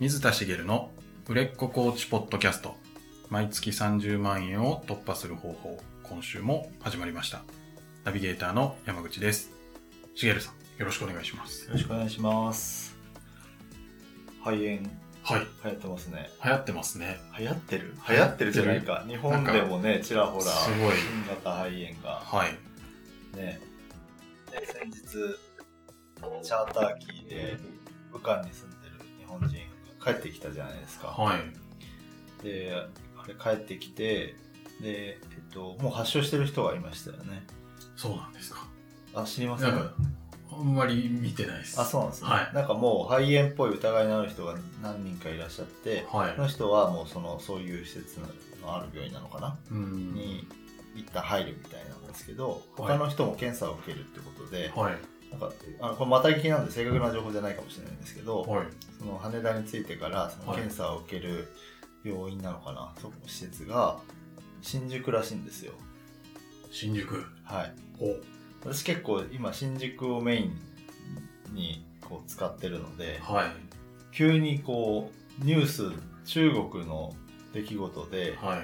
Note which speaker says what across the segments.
Speaker 1: 水田茂の売れっ子コーチポッドキャスト毎月30万円を突破する方法今週も始まりましたナビゲーターの山口です茂さんよろしくお願いします
Speaker 2: よろしくお願いします。肺炎、流
Speaker 1: はい
Speaker 2: 行ってますね。
Speaker 1: 流行ってますね
Speaker 2: 流行ってる流行ってるじゃないか。日本でもね、ちらほら、
Speaker 1: す
Speaker 2: 新
Speaker 1: ごい
Speaker 2: 型肺炎が。
Speaker 1: はい
Speaker 2: ね。で先日、チャーター機で、武漢に住んでる日本人が帰ってきたじゃないですか。
Speaker 1: はい
Speaker 2: で、あれ帰ってきて、で、えっと、もう発症してる人がいましたよね。
Speaker 1: そうなんですか
Speaker 2: あ、知りませ
Speaker 1: なんんかあんまり見てないです
Speaker 2: あ、そうなんですね。
Speaker 1: はい
Speaker 2: なんかもう肺炎っぽい疑いのある人が何人かいらっしゃって、
Speaker 1: はい
Speaker 2: その人はもうそのそういう施設のある病院なのかな、
Speaker 1: うん
Speaker 2: に一旦入るみたいなんですけど
Speaker 1: はい
Speaker 2: 他の人も検査を受けるってことで、
Speaker 1: はい
Speaker 2: なんかあのこれまた聞きなんで正確な情報じゃないかもしれないんですけど、
Speaker 1: はい
Speaker 2: その羽田に着いてからその
Speaker 1: はい
Speaker 2: 検査を受ける病院なのかな、そこの施設が新宿らしいんですよ
Speaker 1: 新宿
Speaker 2: はい
Speaker 1: お
Speaker 2: 私結構今新宿をメインにこう使ってるので
Speaker 1: はい
Speaker 2: 急にこうニュース中国の出来事で、
Speaker 1: はい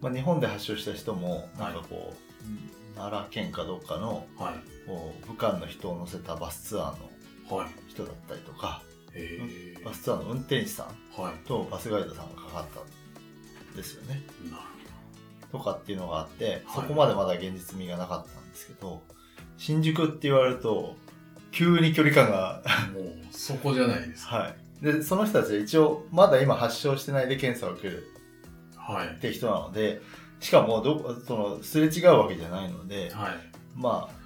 Speaker 2: まあ、日本で発症した人も
Speaker 1: は
Speaker 2: ないんかこう、奈良県かどっかの
Speaker 1: はい
Speaker 2: こう武漢の人を乗せたバスツアーの
Speaker 1: はい
Speaker 2: 人だったりとか
Speaker 1: えー
Speaker 2: バスツアーの運転手さん
Speaker 1: はい
Speaker 2: とバスガイドさんがかかったんですよね
Speaker 1: なる
Speaker 2: とかっていうのがあって
Speaker 1: はい
Speaker 2: そこまでまだ現実味がなかったんですけど、新宿って言われると急に距離感が
Speaker 1: ほどもうそこじゃないですか
Speaker 2: はいでその人たちは一応まだ今発症してないで検査を受ける
Speaker 1: はい
Speaker 2: って人なのでしかもどこそのすれ違うわけじゃないので、
Speaker 1: はい
Speaker 2: まあ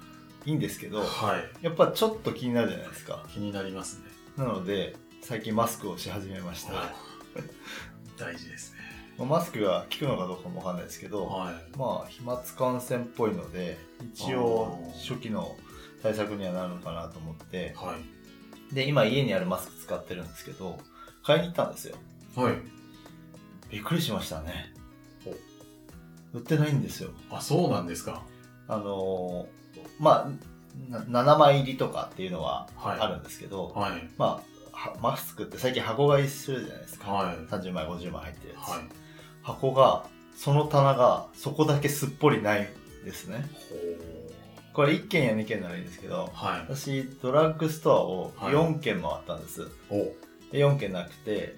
Speaker 2: いいんですけど
Speaker 1: はい
Speaker 2: やっぱちょっと気になるじゃないですか
Speaker 1: 気になりますね
Speaker 2: なので最近マスクをし始めました、
Speaker 1: はい 大事ですね
Speaker 2: まあマスクが効くのかどうかもわかんないですけど、
Speaker 1: はい
Speaker 2: まあ飛沫感染っぽいので一応
Speaker 1: あー
Speaker 2: 初期の対策にはなるのかなと思って
Speaker 1: はい
Speaker 2: で今家にあるマスク使ってるんですけど買いに行ったんですよ
Speaker 1: はい
Speaker 2: びっくりしましたね
Speaker 1: お
Speaker 2: 売ってないんですよ
Speaker 1: あそうなんですか
Speaker 2: あのーまあな7枚入りとかっていうのは
Speaker 1: はい
Speaker 2: あるんですけど、
Speaker 1: はい
Speaker 2: まあはマスクって最近箱買いするじゃないですか、
Speaker 1: はい
Speaker 2: 30枚50枚入ってるやつ、
Speaker 1: はい
Speaker 2: 箱がその棚がそこだけすっぽりないですね
Speaker 1: ほう
Speaker 2: これ1軒や2軒ならいいんですけど
Speaker 1: はい
Speaker 2: 私ドラッグストアを
Speaker 1: はい
Speaker 2: 4軒回ったんです、
Speaker 1: お
Speaker 2: で4軒なくて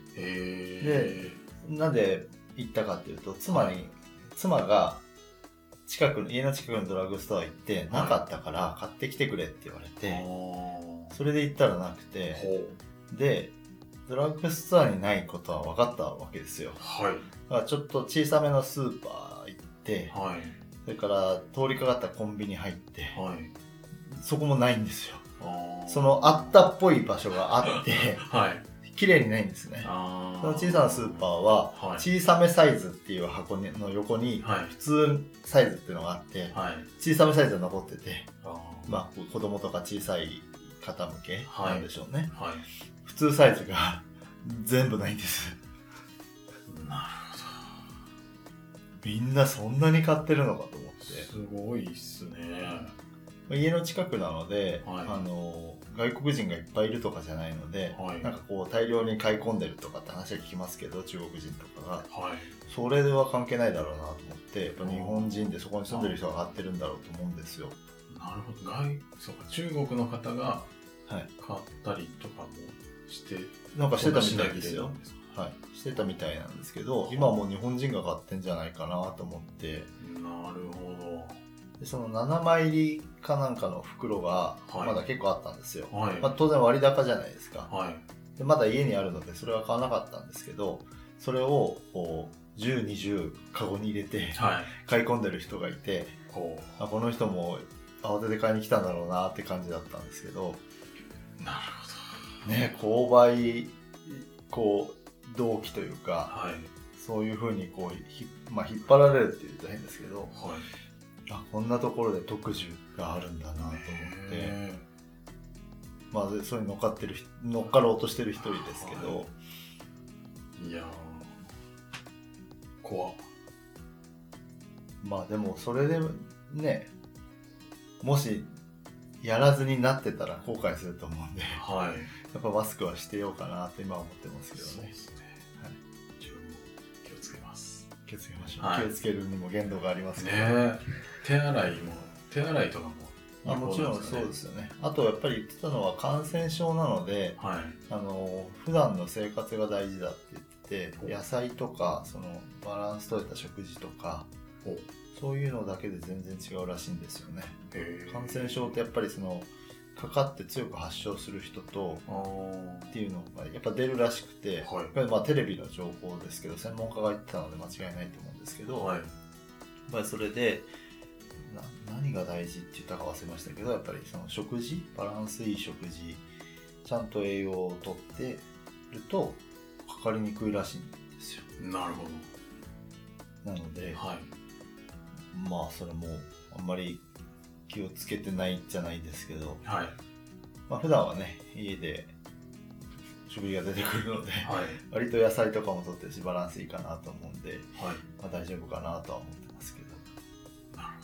Speaker 1: え
Speaker 2: なんで行ったかっていうと妻に、妻が近くの家の近くのドラッグストア行ってなかったから買ってきてくれって言われ
Speaker 1: ー
Speaker 2: て、
Speaker 1: あーほ
Speaker 2: それで行ったらなくて
Speaker 1: う
Speaker 2: でドラッグストアにないことは分かったわけですよ
Speaker 1: はい
Speaker 2: だからちょっと小さめのスーパー行って
Speaker 1: はい
Speaker 2: それから通りかかったコンビニ入って
Speaker 1: はい
Speaker 2: そこもないんですよ
Speaker 1: あー
Speaker 2: そのあったっぽい場所があって
Speaker 1: はい
Speaker 2: 綺麗にないんですね
Speaker 1: あ
Speaker 2: その小さなスーパーは
Speaker 1: ーはい
Speaker 2: 小さめサイズっていう箱にの横に
Speaker 1: はい
Speaker 2: 普通サイズっていうのがあって
Speaker 1: はい
Speaker 2: 小さめサイズが残ってて
Speaker 1: あー
Speaker 2: まあ子供とか小さい方向け
Speaker 1: はい
Speaker 2: なんでしょうね、
Speaker 1: はい
Speaker 2: 普通サイズが 全部ないんです
Speaker 1: な
Speaker 2: みんなそんなに買ってるのかと思っ
Speaker 1: る
Speaker 2: て
Speaker 1: すごいっすね
Speaker 2: まあ家の近くなので、
Speaker 1: はい
Speaker 2: あの外国人がいっぱいいるとかじゃないので、
Speaker 1: はい
Speaker 2: なんかこう大量に買い込んでるとかって話は聞きますけど中国人とかが
Speaker 1: はい
Speaker 2: それでは関係ないだろうなと思ってやっぱ日本人でそこに住んでる人が買ってるんだろうと思うんですよ
Speaker 1: なるほど外そうか中国の方が
Speaker 2: はい
Speaker 1: 買ったりとかもして、
Speaker 2: なんかしてたみ
Speaker 1: そんな
Speaker 2: た
Speaker 1: 品
Speaker 2: いですよ
Speaker 1: 切れなんか
Speaker 2: はいしてたみたいなんですけど今はもう日本人が買ってんじゃないかなと思って
Speaker 1: なるほ
Speaker 2: でその7枚入りかなんかの袋が
Speaker 1: はい
Speaker 2: まだ結構あったんですよ、
Speaker 1: どはい、
Speaker 2: まあ、当然割高じゃないですか
Speaker 1: はい
Speaker 2: でまだ家にあるのでそれは買わなかったんですけどそれをこう1020カゴに入れて
Speaker 1: はい
Speaker 2: 買い込んでる人がいて
Speaker 1: こ
Speaker 2: あこの人も慌てて買いに来たんだろうなって感じだったんですけど
Speaker 1: うなる
Speaker 2: ね購買こう動機という
Speaker 1: ほ
Speaker 2: か
Speaker 1: どはい
Speaker 2: そういうふうにこうひ、まあ、引っ張られるって言うと変ですけど
Speaker 1: はい
Speaker 2: あこんなところで特需があるんだなと思って、
Speaker 1: ね
Speaker 2: まあ、それに乗っかってる人乗っかろうとしてる一人ですけど、
Speaker 1: はいえいやー怖
Speaker 2: まあでもそれでねもしやらずになってたら後悔すると思うんで
Speaker 1: はい
Speaker 2: やっぱマスクはしてようかなと今は思ってますけどね
Speaker 1: すね。
Speaker 2: はい
Speaker 1: 自分も気をつけます。
Speaker 2: 気をつけましょう、
Speaker 1: はい
Speaker 2: 気をつけるにも限度があります
Speaker 1: ね
Speaker 2: けど、
Speaker 1: え手洗いも、手洗いとかも、
Speaker 2: まあ、もちろんそうですすよねあとやっぱり言ってたのは感染症なので
Speaker 1: よね。はい。
Speaker 2: あの普段の生活が大事だって言ってて野菜とかそのバランス取れた食事とか
Speaker 1: お
Speaker 2: そういうのだけで全然違うらしいんですよね
Speaker 1: えー
Speaker 2: 感染症ってやっぱりそのかかって強く発症する人と
Speaker 1: あー
Speaker 2: っていうのがやっぱ出るらしくて、
Speaker 1: はい
Speaker 2: やっぱりまあテレビの情報ですけど専門家が言ってたので間違いないと思うんですけど、
Speaker 1: はい。
Speaker 2: やっぱりそれでな何が大事って言ったか忘れましたけどやっぱりその食事バランスいい食事ちゃんと栄養をとってるとかかりにくいらしいんですよ
Speaker 1: なるほ
Speaker 2: なので
Speaker 1: ど。はい。
Speaker 2: まあそれもあんまり気をつけてないじゃないですけど、
Speaker 1: はい。
Speaker 2: まあ普段はね家で食事が出てくる ので
Speaker 1: はい。
Speaker 2: 割と野菜とかもとってるしバランスいいかなと思うんで、
Speaker 1: はい。
Speaker 2: まあ、大丈夫かなとは思ってますけど
Speaker 1: なるほ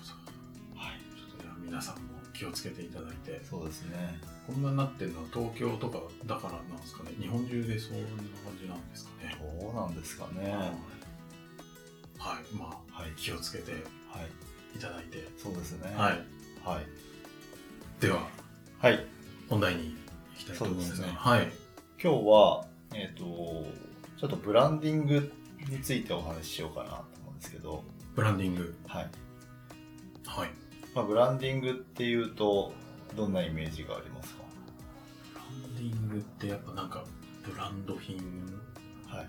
Speaker 1: ど。
Speaker 2: はい
Speaker 1: ちょっとじゃあ皆さんも気をつけていただいて、
Speaker 2: そうですね
Speaker 1: こんなになってるのは東京とかだからなんですかね。日本中でそんな感じなんですかね。
Speaker 2: どうなんですかね、
Speaker 1: はい。まあ、
Speaker 2: はい
Speaker 1: 気をつけて
Speaker 2: はい
Speaker 1: いただいて。
Speaker 2: そうですね。。
Speaker 1: はいい。
Speaker 2: はい。
Speaker 1: では、
Speaker 2: はい、
Speaker 1: 本題に行きたいと思いま
Speaker 2: そう
Speaker 1: す
Speaker 2: で
Speaker 1: ね。
Speaker 2: すね
Speaker 1: はい。
Speaker 2: 今日は、えっ、と、ちょっとブランディングについてお話ししようかなと思うんですけど、
Speaker 1: ブランディング。
Speaker 2: はい。
Speaker 1: はい。
Speaker 2: まあ、ブランディングっていうと、どんなイメージがありますか
Speaker 1: ブランディングってやっぱなんか、ブランド品
Speaker 2: はい。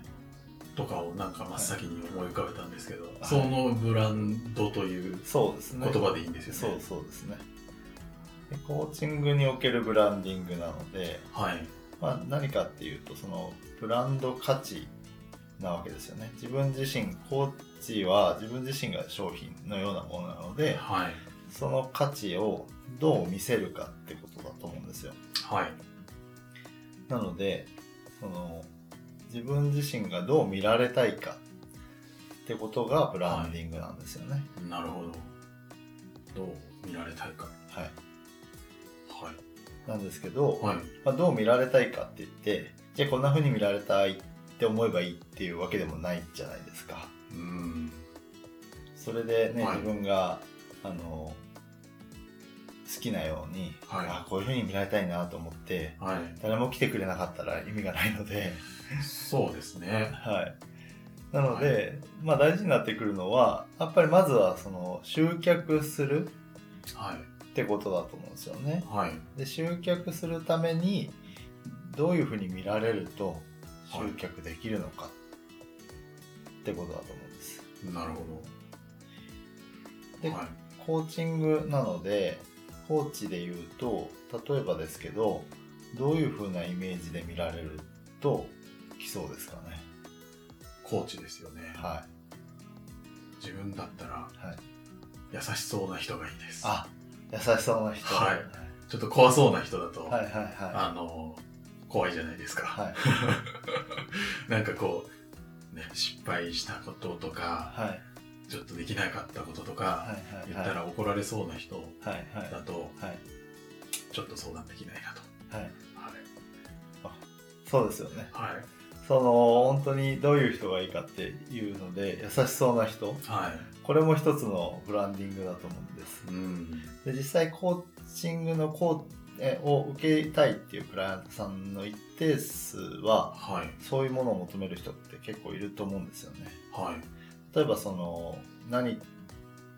Speaker 1: とかをなんか真っ先に思い浮かべたんですけど、
Speaker 2: い
Speaker 1: そのブランドという
Speaker 2: そうですね。
Speaker 1: 言葉でいいんです
Speaker 2: そ
Speaker 1: よ
Speaker 2: う
Speaker 1: ね。
Speaker 2: そうですね。でコーチングにおけるブランディングなので、
Speaker 1: はい。
Speaker 2: まあ、何かっていうとそのブランド価値なわけですよね自分自身コーチは自分自身が商品のようなものなので、
Speaker 1: はい。
Speaker 2: その価値をどう見せるかってことだと思うんですよ
Speaker 1: はい。
Speaker 2: なのでその自分自身がどう見られたいかってことがブランディングなんですよね
Speaker 1: なるほど。どう見られたいか。
Speaker 2: はい、
Speaker 1: はい。
Speaker 2: なんですけど、
Speaker 1: はい。
Speaker 2: まあ、どう見られたいかって言ってじゃあこんな風に見られたいって思えばいいっていうわけでもないじゃないですか
Speaker 1: うーん。
Speaker 2: それでね、
Speaker 1: はい
Speaker 2: 自分があの好きなように、
Speaker 1: はい
Speaker 2: あこういう風に見られたいなと思って
Speaker 1: は
Speaker 2: 誰も来てくれなかったら意味がないので
Speaker 1: い。そうですね。
Speaker 2: はい。なので、まあ大事になってくるのは、やっぱりまずはその集客する
Speaker 1: はい。
Speaker 2: ってことだと思うんですよね。
Speaker 1: はい。
Speaker 2: で、集客するために、どういうふうに見られると
Speaker 1: はい
Speaker 2: 集客できるのかってことだと思うんです。
Speaker 1: なるほ
Speaker 2: で
Speaker 1: ど。はい。
Speaker 2: コーチングなので、コーチで言うと、例えばですけど、どういうふうなイメージで見られると来そうですかね。
Speaker 1: コーチですよね。
Speaker 2: は
Speaker 1: 自分だったら
Speaker 2: い。はい。
Speaker 1: 優しそうな人がいいです。
Speaker 2: あ、優しそうな人。
Speaker 1: はいちょっと怖そうな人だと、
Speaker 2: はいはいは
Speaker 1: あの、怖いじゃないですか。
Speaker 2: い。はい。
Speaker 1: なんかこう、ね、失敗したこととか、
Speaker 2: はい。
Speaker 1: ちょっとできなかったこととか、
Speaker 2: はい。
Speaker 1: 言ったら怒られそうな人
Speaker 2: はいはい
Speaker 1: だと、
Speaker 2: はい。
Speaker 1: ちょっと相談できないなと。
Speaker 2: はい。
Speaker 1: は
Speaker 2: そうですよね。
Speaker 1: い。はい。
Speaker 2: その、本当にどういう人がいいかっていうので、優しそうな人。
Speaker 1: はい。
Speaker 2: これも一つのブランディングだと思うんです。
Speaker 1: うん。
Speaker 2: で、実際コーチングのコーえを受けたいっていうクライアントさんの一定数は、
Speaker 1: はい。
Speaker 2: そういうものを求める人って結構いると思うんですよね。
Speaker 1: はい。
Speaker 2: 例えばその何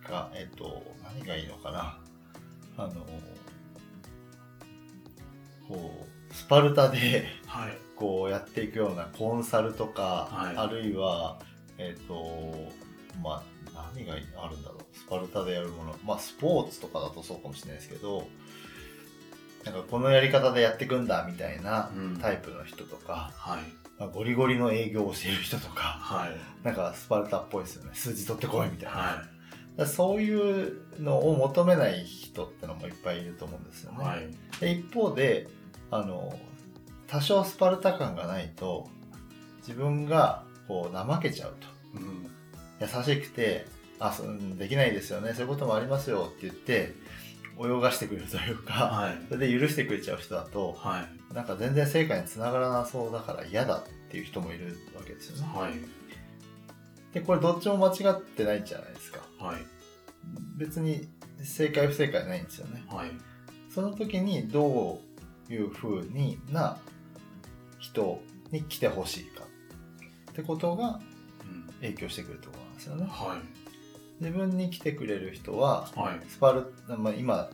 Speaker 2: かえっと何がいいのかなあのこうスパルタで
Speaker 1: はい。
Speaker 2: こうやっていくようなコンサルとか、
Speaker 1: はい
Speaker 2: あるいはえっとまあ何があるんだろうスパルタでやるものまあスポーツとかだとそうかもしれないですけどなんかこのやり方でやっていくんだみたいな
Speaker 1: うん
Speaker 2: タイプの人とか、
Speaker 1: はい。
Speaker 2: まあゴリゴリの営業をしている人とか
Speaker 1: はい。
Speaker 2: なんかスパルタっぽいですよね数字取ってこいみたいな、
Speaker 1: は
Speaker 2: だからそういうのを求めない人ってのもいっぱいいると思うんですよ
Speaker 1: い。
Speaker 2: ね、
Speaker 1: はい。
Speaker 2: で一方であの多少スパルタ感がないと自分がこう怠けちゃうと
Speaker 1: うん。
Speaker 2: 優しくて「あそううんできないですよねそういうこともありますよ」って言って泳がしてくれるというか、
Speaker 1: はい。
Speaker 2: それで許してくれちゃう人だと、
Speaker 1: はい。
Speaker 2: なんか全然成果につながらなそうだから嫌だっていう人もいるわけですよね。
Speaker 1: はい。
Speaker 2: で、これどっちも間違ってないじゃないですか。
Speaker 1: はい。
Speaker 2: 別に正解不正解ないんですよね。
Speaker 1: はい。
Speaker 2: その時にどういう風にな人に来てほしいかってことが
Speaker 1: うん
Speaker 2: 影響してくるところなんですよね。
Speaker 1: は。
Speaker 2: 自分に来てくれる人はい
Speaker 1: はい。
Speaker 2: スパル、まあ、今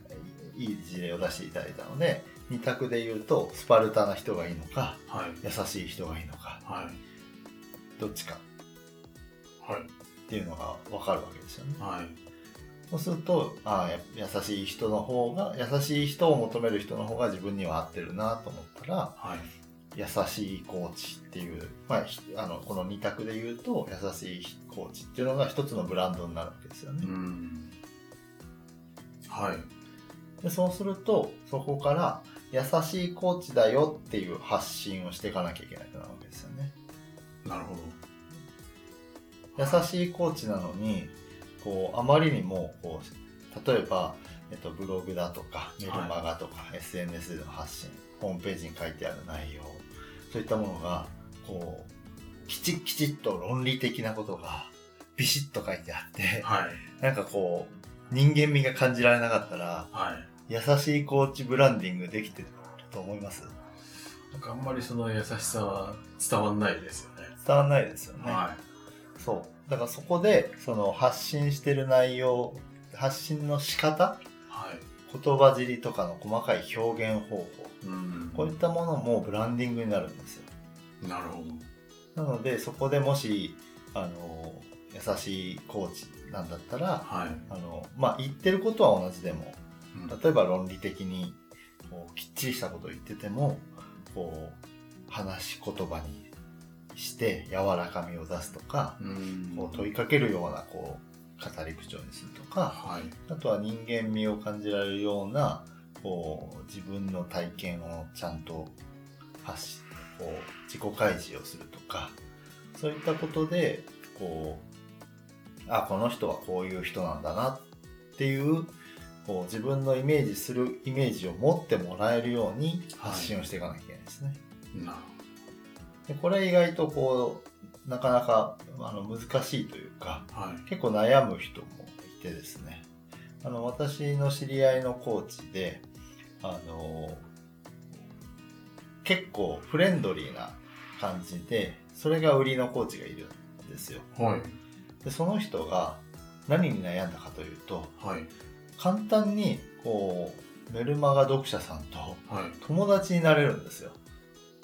Speaker 2: いい事例を出していただいたので二択で言うとスパルタな人がいいのか
Speaker 1: はい。
Speaker 2: 優しい人がいいのか
Speaker 1: はい。
Speaker 2: どっちか
Speaker 1: はい。
Speaker 2: っていうのが分かるわけですよね。
Speaker 1: はい。
Speaker 2: そうするとああや優しい人の方が優しい人を求める人の方が自分には合ってるなと思ったら
Speaker 1: はい。
Speaker 2: 優しいコーチっていう、まあ、ひあのこの2択で言うと優しいコーチっていうのが一つのブランドになるわけですよね
Speaker 1: う、ん。はい。
Speaker 2: でそうするとそこから優しいコーチだよっていう発信をしていかなきゃいけなくなるわけですよね
Speaker 1: なるほど。
Speaker 2: 優しいコーチなのにこうあまりにもこう例えば、えっと、ブログだとかメルマガとか、SNS での発信ホームページに書いてある内容そういったものがこうきちっきちっと論理的なことがビシッと書いてあって
Speaker 1: はい。
Speaker 2: なんかこう人間味が感じられなかったら
Speaker 1: はい。
Speaker 2: 優しいコーチブランディングできてると思います
Speaker 1: なんかあんまりその優しさは伝わんないですよね。
Speaker 2: 伝わらないですよね、
Speaker 1: は
Speaker 2: そうだからそこでその発信してる内容発信の仕方
Speaker 1: い。はい。
Speaker 2: 言葉尻とかの細かい表現方法
Speaker 1: うん。
Speaker 2: こういったものもブランディングになるんですよ
Speaker 1: なるほど。
Speaker 2: なのでそこでもしあの優しいコーチなんだったら
Speaker 1: はい。
Speaker 2: あの、まあ、言ってることは同じでも
Speaker 1: うん
Speaker 2: 例えば論理的にこうきっちりしたことを言っててもこう話し言葉にして柔らかみを出すとか
Speaker 1: うん
Speaker 2: こう問いかけるようなこう語り口調にするとか
Speaker 1: はい。
Speaker 2: あとは人間味を感じられるようなこう自分の体験をちゃんと発しこう自己開示をするとかそういったことでこうあこの人はこういう人なんだなっていうこう自分のイメージするイメージを持ってもらえるように発信をしていかなきゃいけないですね。
Speaker 1: なる
Speaker 2: でこれ意外とこうなかなかあの難しいというか、
Speaker 1: ほど。はい。
Speaker 2: 結構悩む人もいてですねあの私の知り合いのコーチであの結構フレンドリーな感じでそれが売りのコーチがいるんですよ
Speaker 1: はい。
Speaker 2: でその人が何に悩んだかというと
Speaker 1: はい。
Speaker 2: 簡単にこうメルマガ読者さんと
Speaker 1: はい。
Speaker 2: 友達になれるんですよ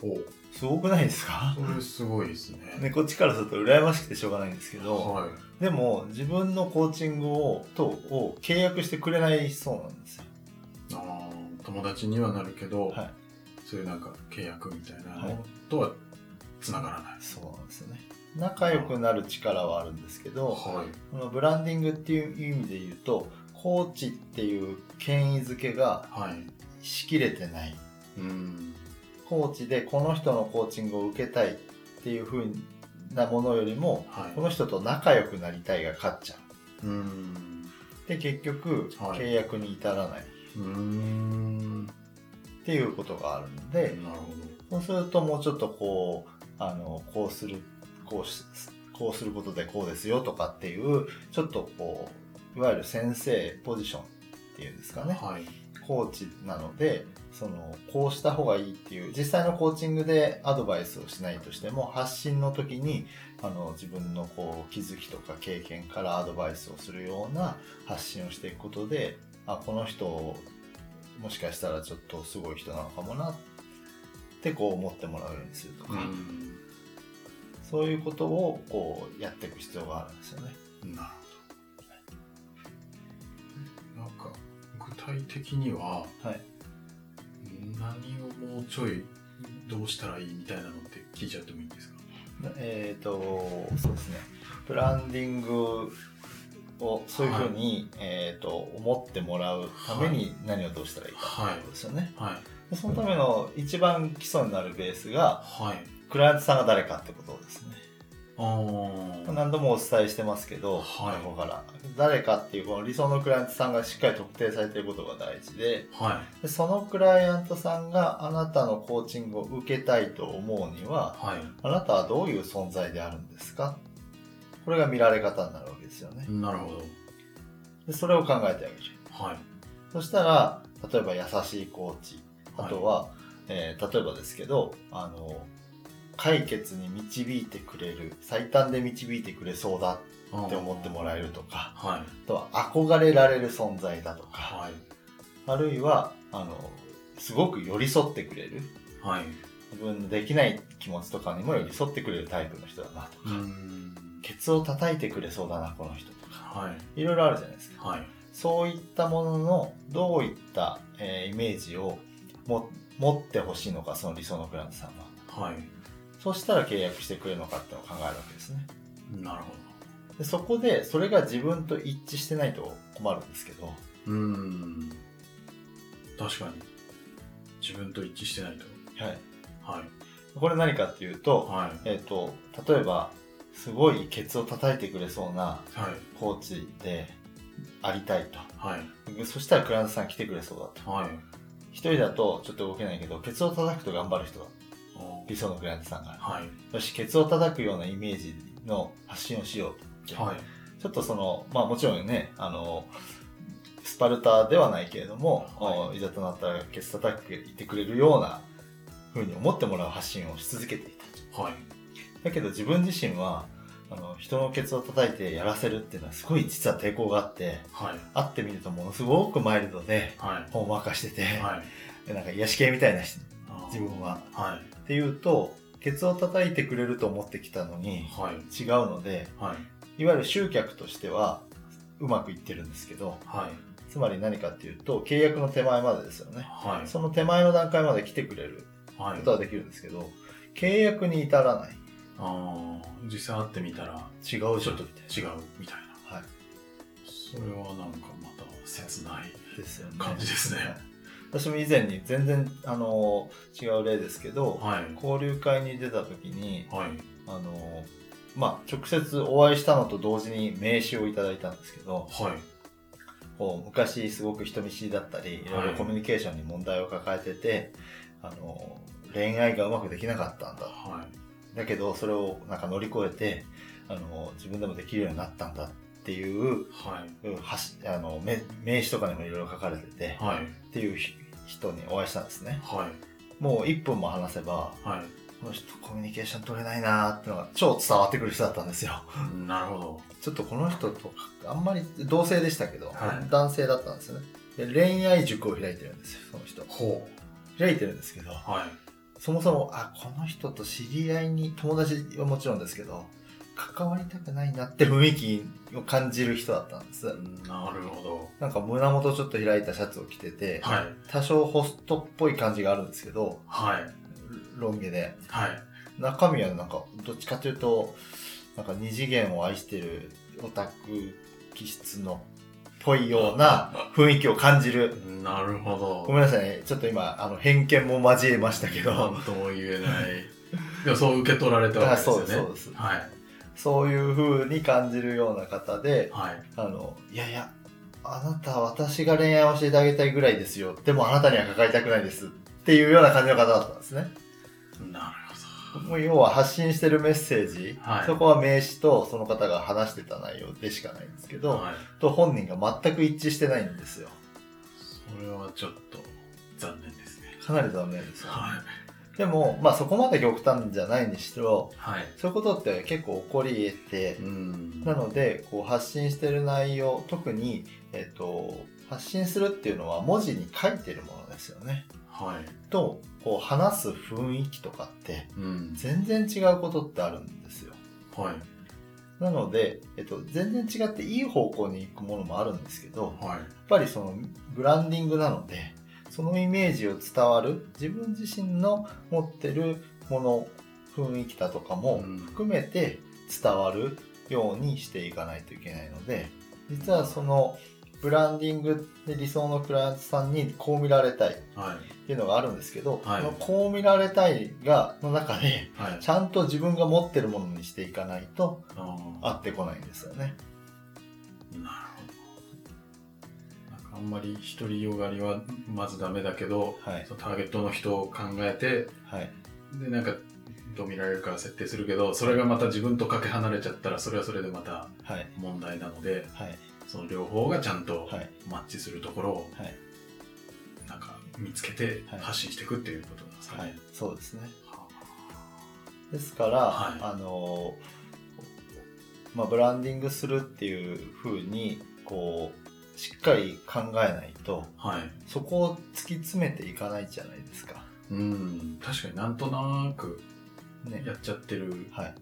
Speaker 1: お
Speaker 2: すごくないですか
Speaker 1: それすごいですね。
Speaker 2: ね、こっちからすると羨ましくてしょうがないんですけど、
Speaker 1: はい。
Speaker 2: でも自分のコーチングをとを契約してくれないそうなんですよ。
Speaker 1: あー友達にはなるけど、
Speaker 2: はい
Speaker 1: そういうなんか契約みたいな
Speaker 2: はい
Speaker 1: のとは繋がらない。
Speaker 2: そうなんですよね。仲良くなる力はあるんですけど、
Speaker 1: はい。
Speaker 2: このブランディングっていう意味で言うと、コーチっていう権威づけが
Speaker 1: はい。
Speaker 2: しきれてない。
Speaker 1: うん。
Speaker 2: コーチでこの人のコーチングを受けたいっていう風なものよりも、
Speaker 1: はい。
Speaker 2: この人と仲良くなりたいが勝っちゃう。
Speaker 1: うん。
Speaker 2: で、結局、
Speaker 1: はい
Speaker 2: 契約に至らないっ
Speaker 1: うん。な
Speaker 2: ていうことがあるので、
Speaker 1: るほ
Speaker 2: そうするともうちょっとこう、あの、こうする、こうし、こうすることでこうですよとかっていう、ちょっとこう、いわゆる先生ポジションっていうんですか
Speaker 1: ど。
Speaker 2: ね、
Speaker 1: はい。
Speaker 2: コーチなので、その、こうした方がいいっていう、実際のコーチングでアドバイスをしないとしても、発信の時に、あの、自分のこう、気づきとか経験からアドバイスをするような発信をしていくことで、あ、この人、もしかしたらちょっとすごい人なのかもなってこう思ってもらうようにすると
Speaker 1: う
Speaker 2: か、
Speaker 1: ん。
Speaker 2: そういうことをこうやっていく必要があるんですよね。
Speaker 1: なるほど。なんか、具体的には、
Speaker 2: はい。
Speaker 1: 何をもうちょいどうしたらいいみたいなのって聞いちゃってもいいんですか
Speaker 2: えっ、と、そうですね。ブランディングをそういうふうに、えー、と思ってもらうために何をどうしたらいいかってことですよね。
Speaker 1: はい。
Speaker 2: でそのための一番基礎になるベースが、
Speaker 1: はい。
Speaker 2: クライアントさんが誰かってことですね。
Speaker 1: ああー
Speaker 2: 何度もお伝えしてますけど、
Speaker 1: はい
Speaker 2: 過去から誰かっていうこの理想のクライアントさんがしっかり特定されていることが大事で
Speaker 1: はい
Speaker 2: でそのクライアントさんがあなたのコーチングを受けたいと思うには
Speaker 1: は
Speaker 2: あなたはどういう存在であるんですかこれが見られ方になるわけですよね
Speaker 1: いなるほど
Speaker 2: でそれを考えてあげる
Speaker 1: はい
Speaker 2: そしたら例えば優しいコーチあとは、えー例えばですけどあの解決に導いてくれる最短で導いてくれそうだ
Speaker 1: っ
Speaker 2: って思ってもらえるとか
Speaker 1: はい
Speaker 2: あとは憧れられる存在だとか
Speaker 1: はい
Speaker 2: あるいはあのすごく寄り添ってくれる
Speaker 1: はい
Speaker 2: 自分のできない気持ちとかにも寄り添ってくれるタイプの人だなと
Speaker 1: うー
Speaker 2: か、
Speaker 1: ん
Speaker 2: ケツを叩いてくれそうだなこの人とか
Speaker 1: はい
Speaker 2: いろいろあるじゃないですか
Speaker 1: はい
Speaker 2: そういったもののどういった、えーイメージをも持ってほしいのかその理想のクライアントさんは
Speaker 1: はい
Speaker 2: そうしたら契約してくれるのかっていうのを考えるわけですね
Speaker 1: なるほ
Speaker 2: でそこでそれが自分と一致してないと困るんですけど
Speaker 1: どうーん確かに自分と一致してないと
Speaker 2: はい
Speaker 1: はい
Speaker 2: これ何かっていうと,、
Speaker 1: はい
Speaker 2: えー、と例えばすごいケツを叩いてくれそうな
Speaker 1: はい
Speaker 2: コーチでありたい
Speaker 1: はい
Speaker 2: とそしたらクライアントさん来てくれそうだと
Speaker 1: はい
Speaker 2: 一人だとちょっと動けないけどケツを叩くと頑張る人だ
Speaker 1: お
Speaker 2: 理想のクライアントさんが
Speaker 1: はい
Speaker 2: よしケツを叩くようなイメージの発信をしようと、
Speaker 1: はい
Speaker 2: ちょっとそのまあもちろんねあのスパルタではないけれども、、
Speaker 1: はい
Speaker 2: ざとなったらケツ叩くいてくれるような風に思ってもらう発信をし続けていた
Speaker 1: はい
Speaker 2: だけど自分自身はあの人のケツを叩いてやらせるっていうのはすごい実は抵抗があって
Speaker 1: はい
Speaker 2: 会ってみるとものすごくマイルドで
Speaker 1: はい
Speaker 2: ほんわかしてて、
Speaker 1: はい
Speaker 2: でなんか癒し系みたいな人
Speaker 1: あー
Speaker 2: 自分は。
Speaker 1: はい
Speaker 2: っていうとケツを叩いてくれると思ってきたのに
Speaker 1: はい
Speaker 2: 違うので
Speaker 1: はい
Speaker 2: いわゆる集客としてはうまくいってるんですけど
Speaker 1: はい
Speaker 2: つまり何かっていうと契約の手前までですよね
Speaker 1: はい
Speaker 2: その手前の段階まで来てくれる
Speaker 1: は
Speaker 2: こ
Speaker 1: い
Speaker 2: とはできるんですけど契約に至らない
Speaker 1: あー実際会ってみたら
Speaker 2: 違う人とみたい
Speaker 1: 違うみたいな
Speaker 2: なは
Speaker 1: それはなんかまた切ない
Speaker 2: いですよね
Speaker 1: 感じですね
Speaker 2: はい私も以前に全然あの違う例ですけど
Speaker 1: はい
Speaker 2: 交流会に出た時に
Speaker 1: はい
Speaker 2: あのまあ直接お会いしたのと同時に名刺をいただいたんですけど
Speaker 1: はい
Speaker 2: こう昔すごく人見知りだったりいろいろコミュニケーションに問題を抱えてて、あの恋愛がうまくできなかったんだ
Speaker 1: はい
Speaker 2: だけどそれをなんか乗り越えてあの自分でもできるようになったんだっていう
Speaker 1: はい
Speaker 2: うんはしあのめ名刺とかにもいろいろ書かれてて
Speaker 1: はい
Speaker 2: っていうひ人にお会いしたんですね
Speaker 1: はい
Speaker 2: もう1分も話せば
Speaker 1: はい
Speaker 2: この人コミュニケーション取れないなーってのが超伝わってくる人だったんですよ
Speaker 1: なるほど。
Speaker 2: ちょっとこの人とあんまり同性でしたけど、
Speaker 1: はい
Speaker 2: 男性だったんですよねで恋愛塾を開いてるんですよその人
Speaker 1: ほ
Speaker 2: 開いてるんですけど
Speaker 1: う。はい。
Speaker 2: そもそもあこの人と知り合いに友達はもちろんですけど関わりたくないなって雰囲気を感じる人だったんです
Speaker 1: なるほど。
Speaker 2: なんか胸元ちょっと開いたシャツを着てて、
Speaker 1: はい。
Speaker 2: 多少ホストっぽい感じがあるんですけど
Speaker 1: はい。
Speaker 2: ロン毛で
Speaker 1: はい。
Speaker 2: 中身はなんかどっちかというとなんか二次元を愛してるオタク気質のっぽいような雰囲気を感じる
Speaker 1: なるほど。
Speaker 2: ごめんなさいねちょっと今あの偏見も交えましたけど
Speaker 1: なんとも言えない。でもそう受け取られたわけ
Speaker 2: あ
Speaker 1: ですよ
Speaker 2: そう
Speaker 1: ね。
Speaker 2: ですそうです
Speaker 1: はい。
Speaker 2: そういう風に感じるような方で
Speaker 1: はい。
Speaker 2: あのいやいやあなた私が恋愛を教えてあげたいぐらいですよでもあなたには関わりたくないですっていうような感じの方だったんですね
Speaker 1: なる
Speaker 2: もう要は発信してるメッセージ、
Speaker 1: はい
Speaker 2: そこは名刺とその方が話してた内容でしかないんですけ
Speaker 1: ほ
Speaker 2: ど、
Speaker 1: ど。はい。
Speaker 2: と本人が全く一致してないんですよ
Speaker 1: それはちょっと残念ですね。
Speaker 2: かなり残念ですよ
Speaker 1: はい。
Speaker 2: でもまあそこまで極端じゃないにしろ
Speaker 1: はい。
Speaker 2: そういうことって結構起こり得て
Speaker 1: う、ん。
Speaker 2: なのでこう発信してる内容特に、えっと発信するっていうのは文字に書いてるものですよね
Speaker 1: はい。
Speaker 2: とこう話す雰囲気とかって
Speaker 1: うん。
Speaker 2: 全然違うことってあるんですよ
Speaker 1: はい。
Speaker 2: なので、えっと、全然違っていい方向に行くものもあるんですけど、
Speaker 1: はい。
Speaker 2: やっぱりそのブランディングなのでそのイメージを伝わる自分自身の持ってるもの雰囲気だとかも
Speaker 1: うん
Speaker 2: 含めて伝わるようにしていかないといけないので実はそのブランディングで理想のクライアントさんにこう見られたいっ
Speaker 1: はい。
Speaker 2: ていうのがあるんですけど、
Speaker 1: はい
Speaker 2: このこう見られたいがの中で
Speaker 1: はい。
Speaker 2: ちゃんと自分が持ってるものにしていかないと合
Speaker 1: あ
Speaker 2: ってこないんですよね。
Speaker 1: ーなるほど。なんかあんまり独りよがりはまずダメだけど、
Speaker 2: はい
Speaker 1: そのターゲットの人を考えて、
Speaker 2: はい、
Speaker 1: で、なんか、どう見られるか設定するけど、それがまた自分とかけ離れちゃったら、それはそれでまた
Speaker 2: はい、
Speaker 1: 問題なので、
Speaker 2: はい、
Speaker 1: その両方がちゃんと
Speaker 2: はい、
Speaker 1: マッチするところを、
Speaker 2: はい、
Speaker 1: なんか見つけて
Speaker 2: はい
Speaker 1: 発信していくっていうことなんですか
Speaker 2: はい
Speaker 1: ね。、
Speaker 2: そうですね。
Speaker 1: は
Speaker 2: ですから、
Speaker 1: はい
Speaker 2: あのまあ、ブランディングするっていうふうにこうしっかり考えないと
Speaker 1: あはい。
Speaker 2: そこを突き詰めていかないじゃないですか。
Speaker 1: うん、確かになんとなく
Speaker 2: ね
Speaker 1: やっちゃってる
Speaker 2: はい、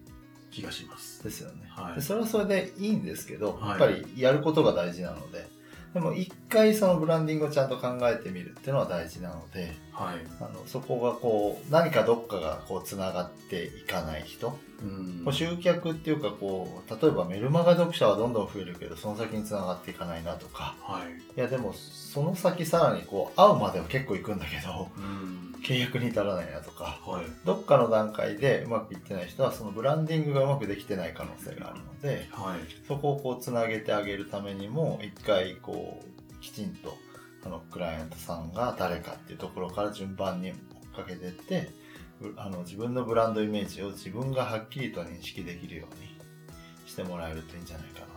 Speaker 1: 気がします。
Speaker 2: ですよね、
Speaker 1: はい
Speaker 2: でそれはそれでいいんですけど、
Speaker 1: はい
Speaker 2: やっぱりやることが大事なのででも一回そのブランディングをちゃんと考えてみるっていうのは大事なので
Speaker 1: はい。
Speaker 2: あのそこがこう何かどっかがこうつながっていかない人
Speaker 1: うん
Speaker 2: こう集客っていうかこう例えばメルマガ読者はどんどん増えるけどその先につながっていかないなとか
Speaker 1: はい。
Speaker 2: いやでもその先さらにこう会うまでは結構行くんだけど
Speaker 1: うん。
Speaker 2: 契約に至らないなとか
Speaker 1: はい。
Speaker 2: どっかの段階でうまくいってない人はそのブランディングがうまくできてない可能性があるので
Speaker 1: はい。
Speaker 2: そこをこうつなげてあげるためにも一回こうきちんとあのクライアントさんが誰かっていうところから順番に追っかけてってうあの自分のブランドイメージを自分がはっきりと認識できるようにしてもらえるといいんじゃないかなと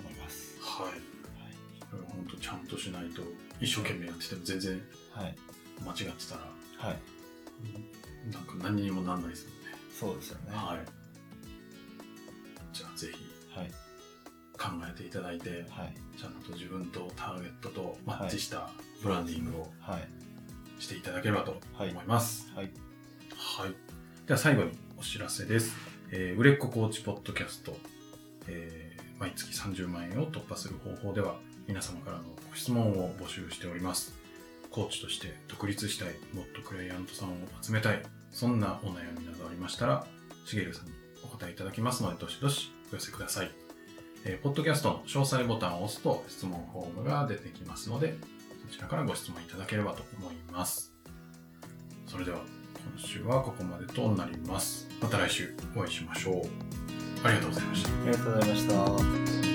Speaker 2: 思います。
Speaker 1: はい。それは本当ちゃんとしないと、一生懸命やってても全然
Speaker 2: はい、はい、
Speaker 1: 間違ってたら、
Speaker 2: はい、
Speaker 1: なんか何にもなんないですもんね。
Speaker 2: そうですよね。は
Speaker 1: はい。じゃあぜひ
Speaker 2: い、
Speaker 1: 考えていただいて、
Speaker 2: はい、
Speaker 1: ちゃんと自分とターゲットとマッチしたブランディングを
Speaker 2: はい、
Speaker 1: していただければと
Speaker 2: は
Speaker 1: 思
Speaker 2: い
Speaker 1: い、ます。
Speaker 2: はい、
Speaker 1: はい。では最後にお知らせです。えー売れっ子コーチポッドキャスト、えー毎月30万円を突破する方法では、皆様からのご質問を募集しております。コーチとして独立したい、もっとクライアントさんを集めたい、そんなお悩みなどありましたら、しげるさんにお答えいただきますので、どしどしお寄せください。えーポッドキャストの詳細ボタンを押すと質問フォームが出てきますので、そちらからご質問いただければと思います。それでは今週はここまでとなりますまた来週お会いしましょうありがとうございました
Speaker 2: ありがとうございました。